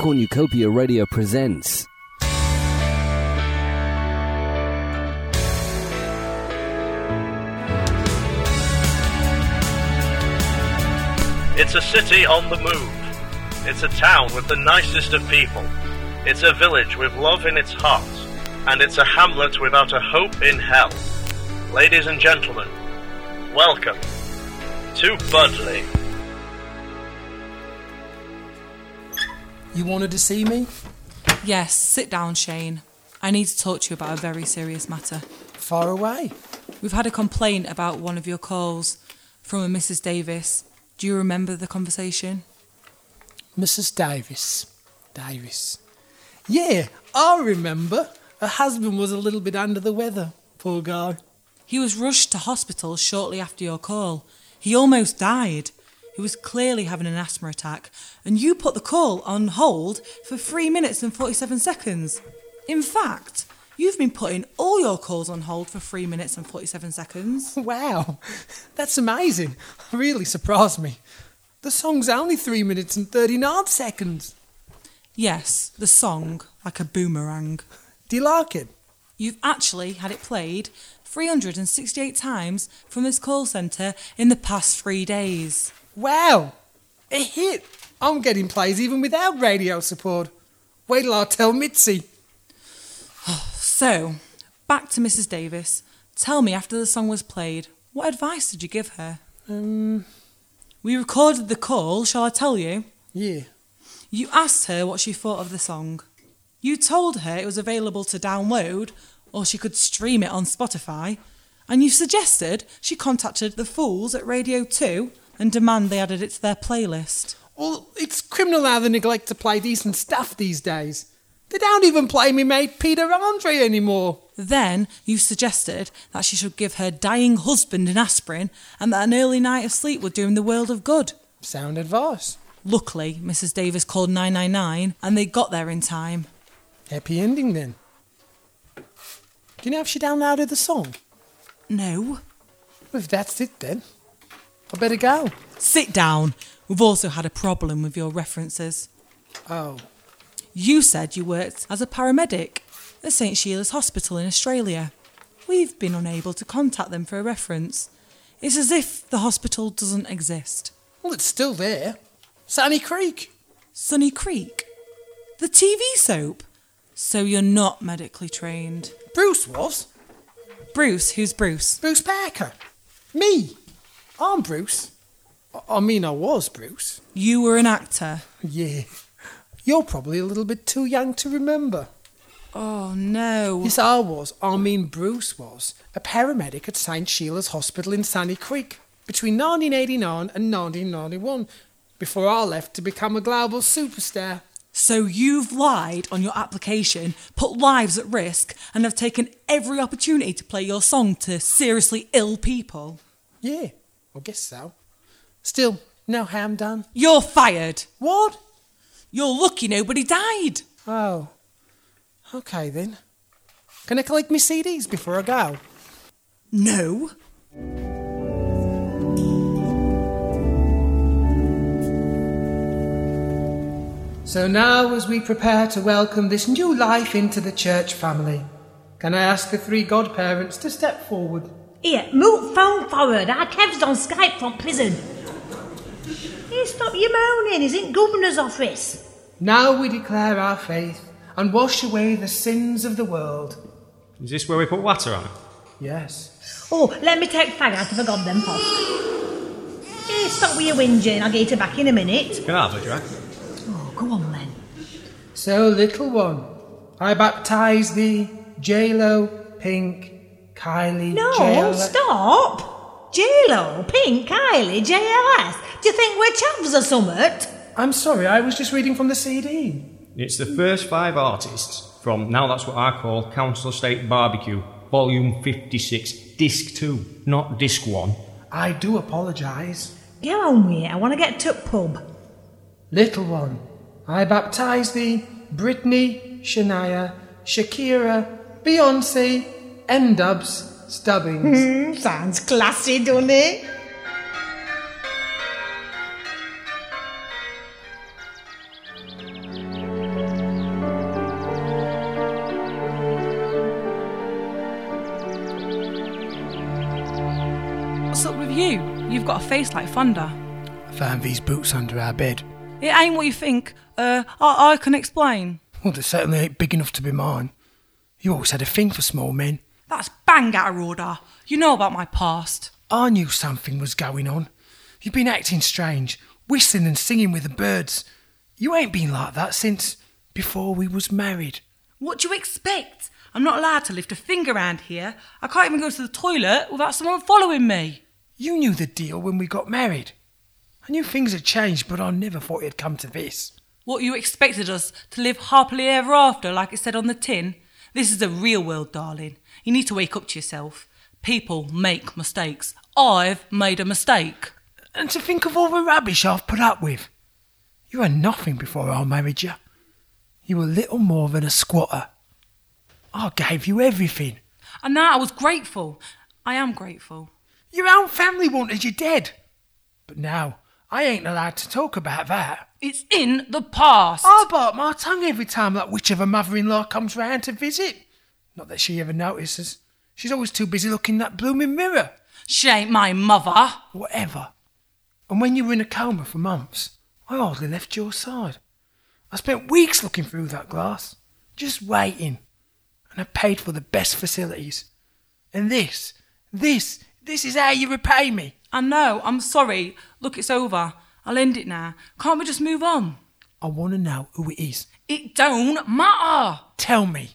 Cornucopia Radio presents. It's a city on the move. It's a town with the nicest of people. It's a village with love in its heart. And it's a hamlet without a hope in hell. Ladies and gentlemen, welcome to Budley. You wanted to see me? Yes, sit down, Shane. I need to talk to you about a very serious matter. Far away. We've had a complaint about one of your calls from a Mrs. Davis. Do you remember the conversation? Mrs. Davis. Davis. Yeah, I remember. Her husband was a little bit under the weather. Poor guy. He was rushed to hospital shortly after your call. He almost died. He was clearly having an asthma attack, and you put the call on hold for 3 minutes and 47 seconds. In fact, you've been putting all your calls on hold for 3 minutes and 47 seconds. Wow, that's amazing. Really surprised me. The song's only 3 minutes and 39 seconds. Yes, the song, like a boomerang. Do you like it? You've actually had it played 368 times from this call centre in the past three days. Wow, a hit. I'm getting plays even without radio support. Wait till I tell Mitzi. So, back to Mrs. Davis. Tell me, after the song was played, what advice did you give her? Um, We recorded the call, shall I tell you? yeah. You asked her what she thought of the song. You told her it was available to download or she could stream it on Spotify. And you suggested she contacted the Fools at Radio 2 and demand they added it to their playlist. Well, it's criminal how they neglect to play decent stuff these days. They don't even play me mate Peter Andre anymore. Then you suggested that she should give her dying husband an aspirin and that an early night of sleep would do him the world of good. Sound advice. Luckily, Mrs. Davis called 999 and they got there in time. Happy ending then. Do you know if she downloaded the song? No. Well, if that's it then, I better go. Sit down. We've also had a problem with your references. Oh, You said you worked as a paramedic at St. Sheila's Hospital in Australia. We've been unable to contact them for a reference. It's as if the hospital doesn't exist. well, it's still there. Sunny Creek. Sunny Creek? The TV soap? So you're not medically trained. Bruce was. Bruce, who's Bruce? Bruce Parker. Me. I'm Bruce. I- I mean, I was Bruce. You were an actor. Yeah. You're probably a little bit too young to remember. Oh no. Yes, I was. I mean, Bruce was a paramedic at St. Sheila's Hospital in Sunny Creek between 1989 and 1991 before I left to become a global superstar. So you've lied on your application, put lives at risk, and have taken every opportunity to play your song to seriously ill people. Yeah, I guess so. Still, no harm done. You're fired. What? You're lucky nobody died. Oh. Okay then. Can I collect my CDs before I go? No. So now, as we prepare to welcome this new life into the church family, can I ask the three godparents to step forward? Here, move phone forward. Our Kev's on Skype from prison. Here, stop your moaning. He's in governor's office. Now we declare our faith and wash away the sins of the world. Is this where we put water on it? Yes. Oh, let me take fag out. I forgot them pop. Here, stop with your whinging. I'll get you back in a minute. Can I have a drink? Oh, go on then. So, little one, I baptize thee, J-Lo, Pink, Kylie, No, JLo. stop. J-Lo, Pink, Kylie, JLS. Do you think we're chavs or something? I'm sorry, I was just reading from the CD. It's the first five artists from Now That's What I Call Council State Barbecue, Volume 56, Disc 2, not Disc 1. I do apologize. Get on with it. I want to get to pub. Little one, I baptize thee, Britney, Shania, Shakira, Beyonce, N-Dubs, Stubbings. Mm, sounds classy, doesn't it? you. You've got a face like Fonda. I found these boots under our bed. It ain't what you think. Uh, I, I can explain. Well, they certainly ain't big enough to be mine. You always had a thing for small men. That's bang out of order. You know about my past. I knew something was going on. You've been acting strange, whistling and singing with the birds. You ain't been like that since before we was married. What do you expect? I'm not allowed to lift a finger around here. I can't even go to the toilet without someone following me. You knew the deal when we got married. I knew things had changed, but I never thought it'd come to this. What you expected us to live happily ever after, like it said on the tin? This is the real world, darling. You need to wake up to yourself. People make mistakes. I've made a mistake. And to think of all the rubbish I've put up with. You were nothing before I married you. You were little more than a squatter. I gave you everything. And now I was grateful. I am grateful. Your own family wanted you dead. But now, I ain't allowed to talk about that. It's in the past. I bite my tongue every time that witch of a mother in law comes round to visit. Not that she ever notices. She's always too busy looking in that blooming mirror. She ain't my mother. Whatever. And when you were in a coma for months, I hardly left your side. I spent weeks looking through that glass, just waiting. And I paid for the best facilities. And this, this, this is how you repay me. I know. I'm sorry. Look, it's over. I'll end it now. Can't we just move on? I want to know who it is. It don't matter. Tell me.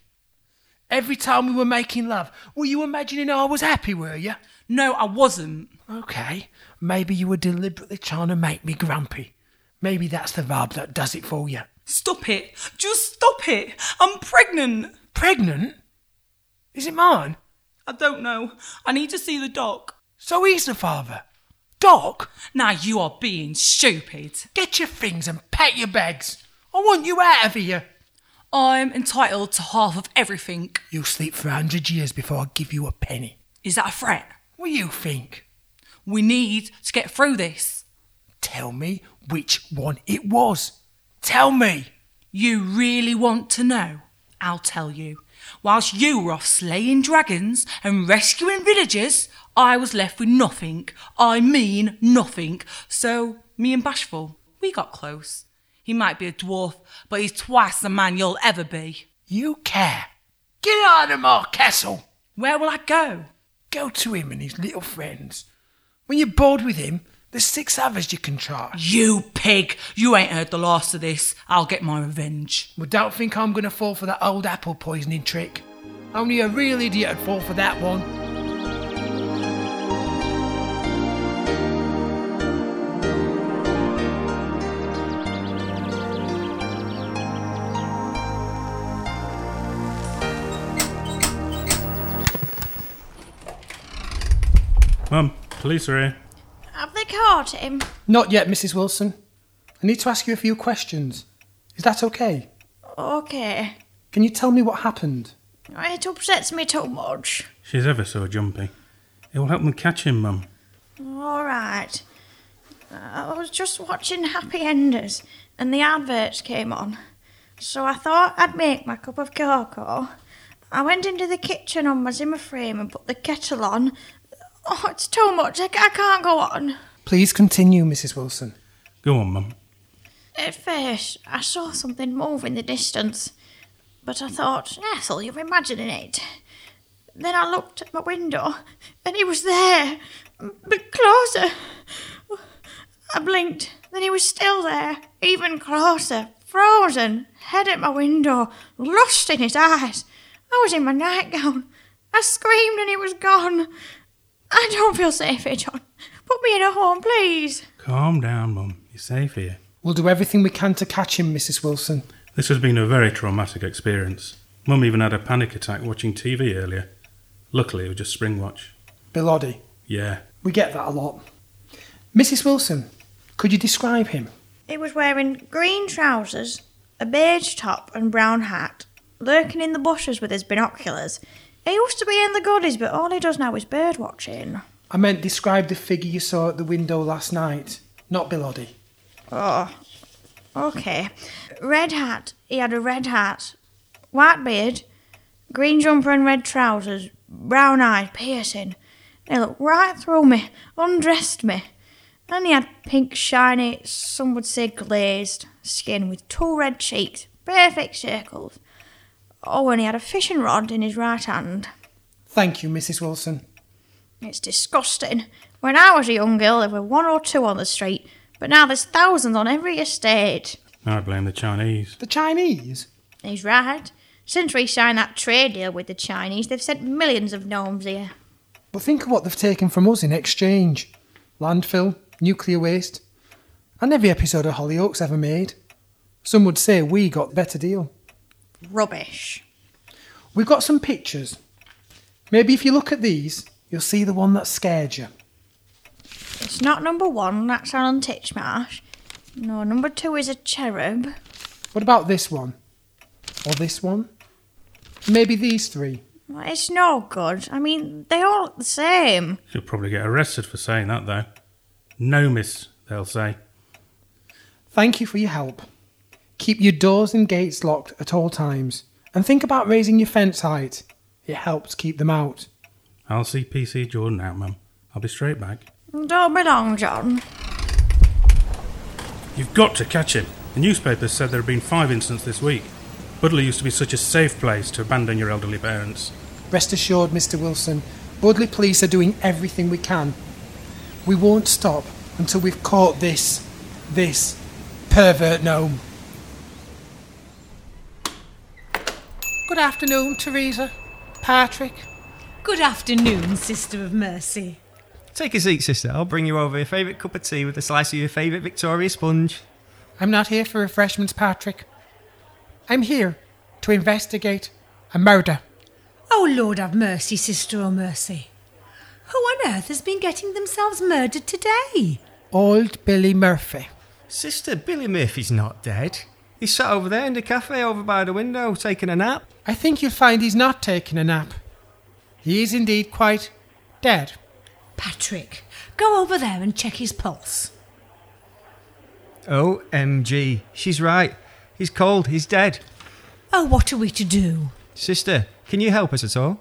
Every time we were making love, were you imagining I was happy, were you? No, I wasn't. Okay, maybe you were deliberately trying to make me grumpy. Maybe that's the vibe that does it for you. Stop it. Just stop it. I'm pregnant. Pregnant? Is it mine? I don't know. I need to see the doc. So he's the father. Doc, Now you are being stupid. get your things and pack your bags. I want you out of here. I'm entitled to half of everything. You'll sleep for a hundred years before I give you a penny. Is that a threat? What do you think? We need to get through this. Tell me which one it was. Tell me. You really want to know? I'll tell you. Whilst you were off slaying dragons and rescuing villagers, I was left with nothing. I mean nothing. So, me and Bashful, we got close. He might be a dwarf, but he's twice the man you'll ever be. You care. Get out of my castle. Where will I go? Go to him and his little friends. When you're bored with him, there's six others you can try. You pig! You ain't heard the last of this. I'll get my revenge. Well, don't think I'm going to fall for that old apple poisoning trick. Only a real idiot would fall for that one. Mum, police are here. Have they caught him? Not yet, Mrs. Wilson. I need to ask you a few questions. Is that okay? Okay. Can you tell me what happened? It upsets me too much. She's ever so jumpy. It will help them catch him, Mum. Alright. I was just watching Happy Enders and the adverts came on. So I thought I'd make my cup of cocoa. I went into the kitchen on my Zimmer frame and put the kettle on. Oh, it's too much. I, I can't go on. Please continue, Mrs. Wilson. Go on, Mum. At first, I saw something move in the distance, but I thought, Ethel, you're imagining it. Then I looked at my window, and he was there, but closer. I blinked, then he was still there, even closer, frozen, head at my window, lust in his eyes. I was in my nightgown. I screamed, and he was gone. I don't feel safe here, John. Put me in a home, please. Calm down, Mum. You're safe here. We'll do everything we can to catch him, Mrs. Wilson. This has been a very traumatic experience. Mum even had a panic attack watching TV earlier. Luckily, it was just Spring Watch. Bilodi. Yeah. We get that a lot. Mrs. Wilson, could you describe him? He was wearing green trousers, a beige top, and brown hat, lurking in the bushes with his binoculars. He used to be in the goodies, but all he does now is bird watching. I meant describe the figure you saw at the window last night, not Bilodi. Oh, okay. Red hat. He had a red hat, white beard, green jumper and red trousers, brown eyes, piercing. He looked right through me, undressed me. And he had pink, shiny, some would say glazed, skin with two red cheeks, perfect circles. Oh, and he had a fishing rod in his right hand. Thank you, Mrs. Wilson. It's disgusting. When I was a young girl, there were one or two on the street, but now there's thousands on every estate. I blame the Chinese. The Chinese? He's right. Since we signed that trade deal with the Chinese, they've sent millions of gnomes here. But think of what they've taken from us in exchange landfill, nuclear waste, and every episode of Hollyoaks ever made. Some would say we got the better deal. Rubbish. We've got some pictures. Maybe if you look at these, you'll see the one that scared you. It's not number one, that's Alan Titchmarsh. No, number two is a cherub. What about this one? Or this one? Maybe these three. Well, It's no good. I mean, they all look the same. She'll probably get arrested for saying that, though. No, miss, they'll say. Thank you for your help. Keep your doors and gates locked at all times, and think about raising your fence height. It helps keep them out. I'll see PC Jordan out, ma'am. I'll be straight back. Don't be long, John. You've got to catch him. The newspapers said there have been five incidents this week. Budley used to be such a safe place to abandon your elderly parents. Rest assured, Mr. Wilson, Budley Police are doing everything we can. We won't stop until we've caught this, this pervert gnome. Good afternoon, Teresa. Patrick. Good afternoon, Sister of Mercy. Take a seat, sister. I'll bring you over your favourite cup of tea with a slice of your favourite Victoria sponge. I'm not here for refreshments, Patrick. I'm here to investigate a murder. Oh, Lord have mercy, Sister of Mercy. Who on earth has been getting themselves murdered today? Old Billy Murphy. Sister, Billy Murphy's not dead. He's sat over there in the cafe over by the window taking a nap. I think you'll find he's not taking a nap. He is indeed quite dead. Patrick, go over there and check his pulse. OMG. She's right. He's cold. He's dead. Oh, what are we to do? Sister, can you help us at all?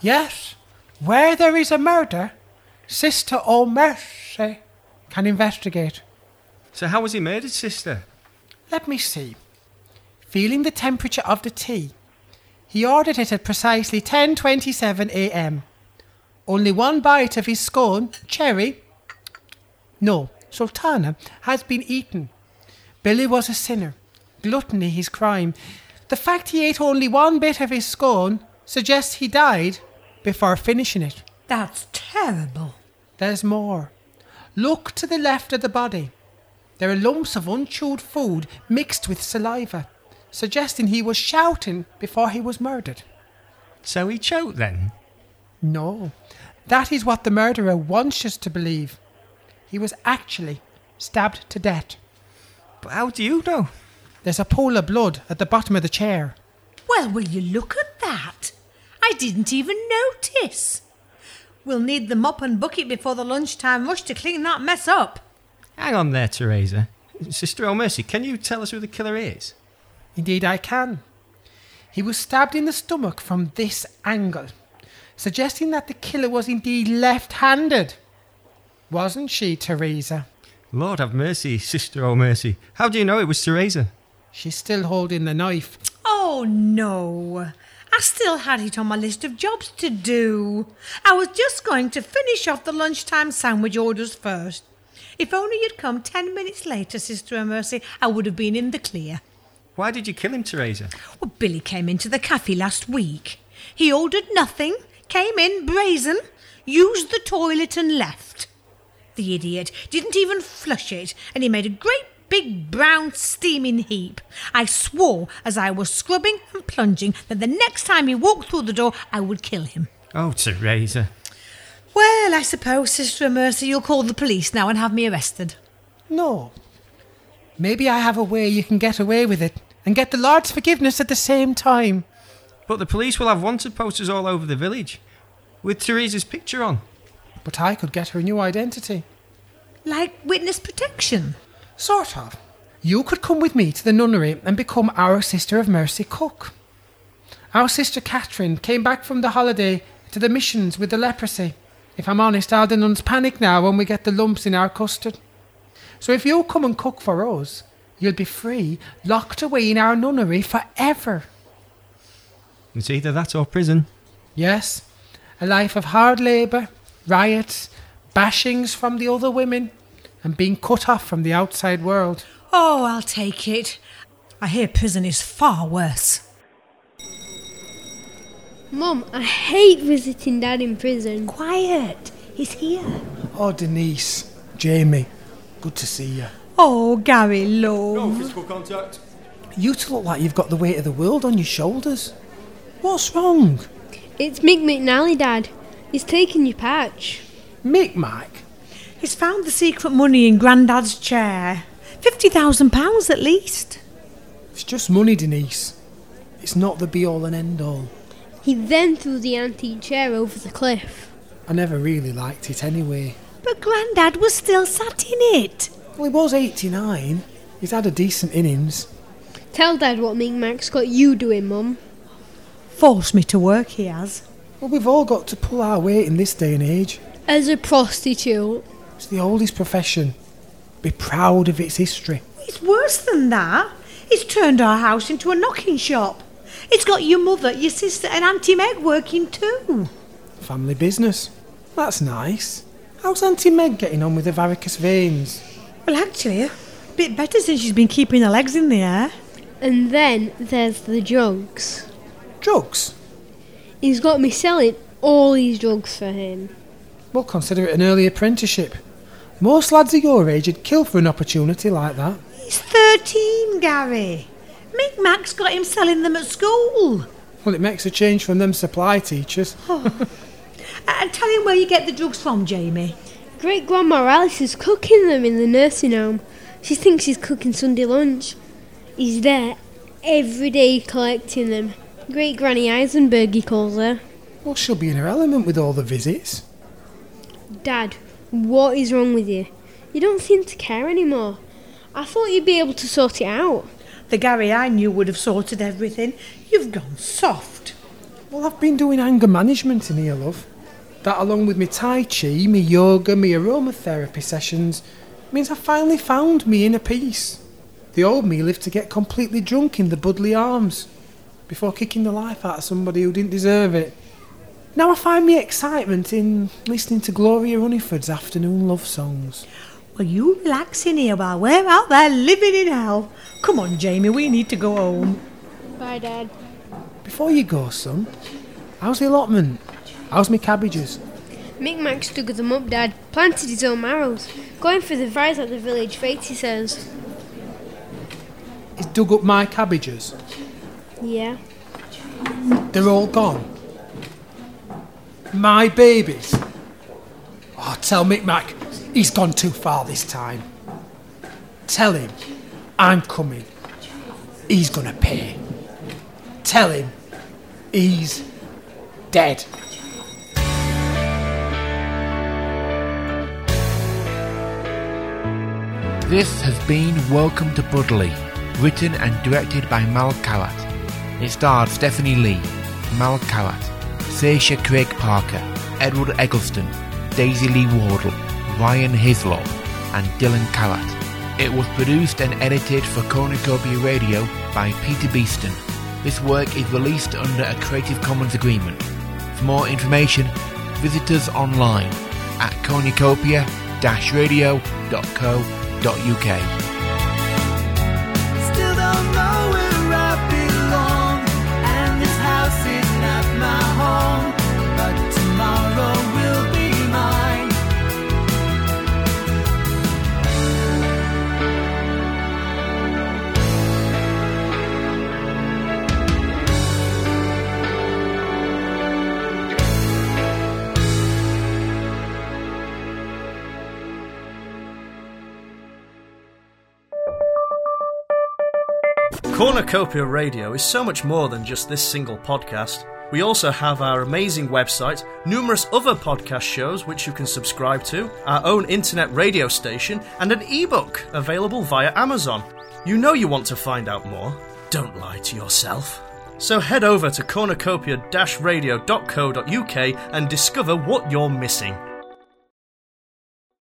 Yes, where there is a murder, Sister O'Mercy can investigate. So, how was he murdered, sister? Let me see. Feeling the temperature of the tea, he ordered it at precisely 10:27 a.m. Only one bite of his scone, cherry, no, sultana, has been eaten. Billy was a sinner, gluttony his crime. The fact he ate only one bit of his scone suggests he died before finishing it. That's terrible. There's more. Look to the left of the body. There are lumps of unchewed food mixed with saliva, suggesting he was shouting before he was murdered. So he choked then? No, that is what the murderer wants us to believe. He was actually stabbed to death. But how do you know? There's a pool of blood at the bottom of the chair. Well, will you look at that? I didn't even notice. We'll need the mop and bucket before the lunchtime rush to clean that mess up. Hang on there, Teresa. Sister O'Mercy, can you tell us who the killer is? Indeed, I can. He was stabbed in the stomach from this angle, suggesting that the killer was indeed left handed. Wasn't she, Teresa? Lord have mercy, Sister O'Mercy. How do you know it was Teresa? She's still holding the knife. Oh no. I still had it on my list of jobs to do. I was just going to finish off the lunchtime sandwich orders first. If only you'd come ten minutes later, Sister of Mercy, I would have been in the clear. Why did you kill him, Teresa? Well, Billy came into the cafe last week. He ordered nothing, came in brazen, used the toilet and left. The idiot didn't even flush it, and he made a great big brown steaming heap. I swore as I was scrubbing and plunging that the next time he walked through the door, I would kill him. Oh, Teresa. Well, I suppose, Sister of Mercy, you'll call the police now and have me arrested. No. Maybe I have a way you can get away with it and get the Lord's forgiveness at the same time. But the police will have wanted posters all over the village with Teresa's picture on. But I could get her a new identity. Like witness protection. Sort of. You could come with me to the nunnery and become our Sister of Mercy cook. Our sister Catherine came back from the holiday to the missions with the leprosy, If I'm honest, our nuns panic now when we get the lumps in our custard. So if you'll come and cook for us, you'll be free, locked away in our nunnery forever. It's either that or prison. Yes, a life of hard labour, riots, bashings from the other women, and being cut off from the outside world. Oh, I'll take it. I hear prison is far worse. Mum, I hate visiting Dad in prison. Quiet. He's here. Oh, Denise, Jamie, good to see you. Oh, Gary, love. physical contact. You two look like you've got the weight of the world on your shoulders. What's wrong? It's Mick McNally, Dad. He's taking your patch. Mick Mike? He's found the secret money in Grandad's chair. £50,000 at least. It's just money, Denise. It's not the be all and end all. He then threw the antique chair over the cliff. I never really liked it anyway. But Grandad was still sat in it. Well, he was 89. He's had a decent innings. Tell Dad what Mick Mac's got you doing, Mum. Forced me to work, he has. Well, we've all got to pull our weight in this day and age. As a prostitute. It's the oldest profession. Be proud of its history. It's worse than that. It's turned our house into a knocking shop. It's got your mother, your sister, and Auntie Meg working too. Family business. That's nice. How's Auntie Meg getting on with the varicose veins? Well, actually, a bit better since she's been keeping her legs in the air. And then there's the drugs. Drugs? He's got me selling all these drugs for him. We'll consider it an early apprenticeship. Most lads of your age would kill for an opportunity like that. He's 13, Gary. Mick Mac's got him selling them at school. Well, it makes a change from them supply teachers. And tell him where you get the drugs from, Jamie. Great Grandma Alice is cooking them in the nursing home. She thinks she's cooking Sunday lunch. He's there every day collecting them. Great Granny Eisenberg, he calls her. Well, she'll be in her element with all the visits. Dad, what is wrong with you? You don't seem to care anymore. I thought you'd be able to sort it out. The Gary I knew would have sorted everything. You've gone soft. Well, I've been doing anger management in here, love. That, along with my Tai Chi, my yoga, my aromatherapy sessions, means I finally found me inner peace. The old me lived to get completely drunk in the Budley Arms before kicking the life out of somebody who didn't deserve it. Now I find me excitement in listening to Gloria Hunniford's afternoon love songs. Well, you relax in here while we're out there living in hell. Come on, Jamie, we need to go home. Bye, Dad. Before you go, son, how's the allotment? How's me cabbages? Mick Max dug them up, Dad. Planted his own marrows. Going for the fries at the village fete, he says. He's dug up my cabbages. Yeah. They're all gone. My babies. Oh, tell Mick Mac he's gone too far this time. Tell him I'm coming. He's gonna pay. Tell him he's dead. This has been Welcome to Budley, written and directed by Mal Callat. It starred Stephanie Lee, Mal Callat, Sasha Craig Parker, Edward Eggleston, Daisy Lee Wardle, Ryan Hislop, and Dylan Callat. It was produced and edited for Cornucopia Radio by Peter Beeston. This work is released under a Creative Commons agreement. For more information, visit us online at cornucopia-radio.co.uk. Still don't know where I belong, and this house is not my home. But tomorrow will be mine. Cornucopia Radio is so much more than just this single podcast. We also have our amazing website, numerous other podcast shows which you can subscribe to, our own internet radio station, and an ebook available via Amazon. You know you want to find out more. Don't lie to yourself. So head over to cornucopia-radio.co.uk and discover what you're missing.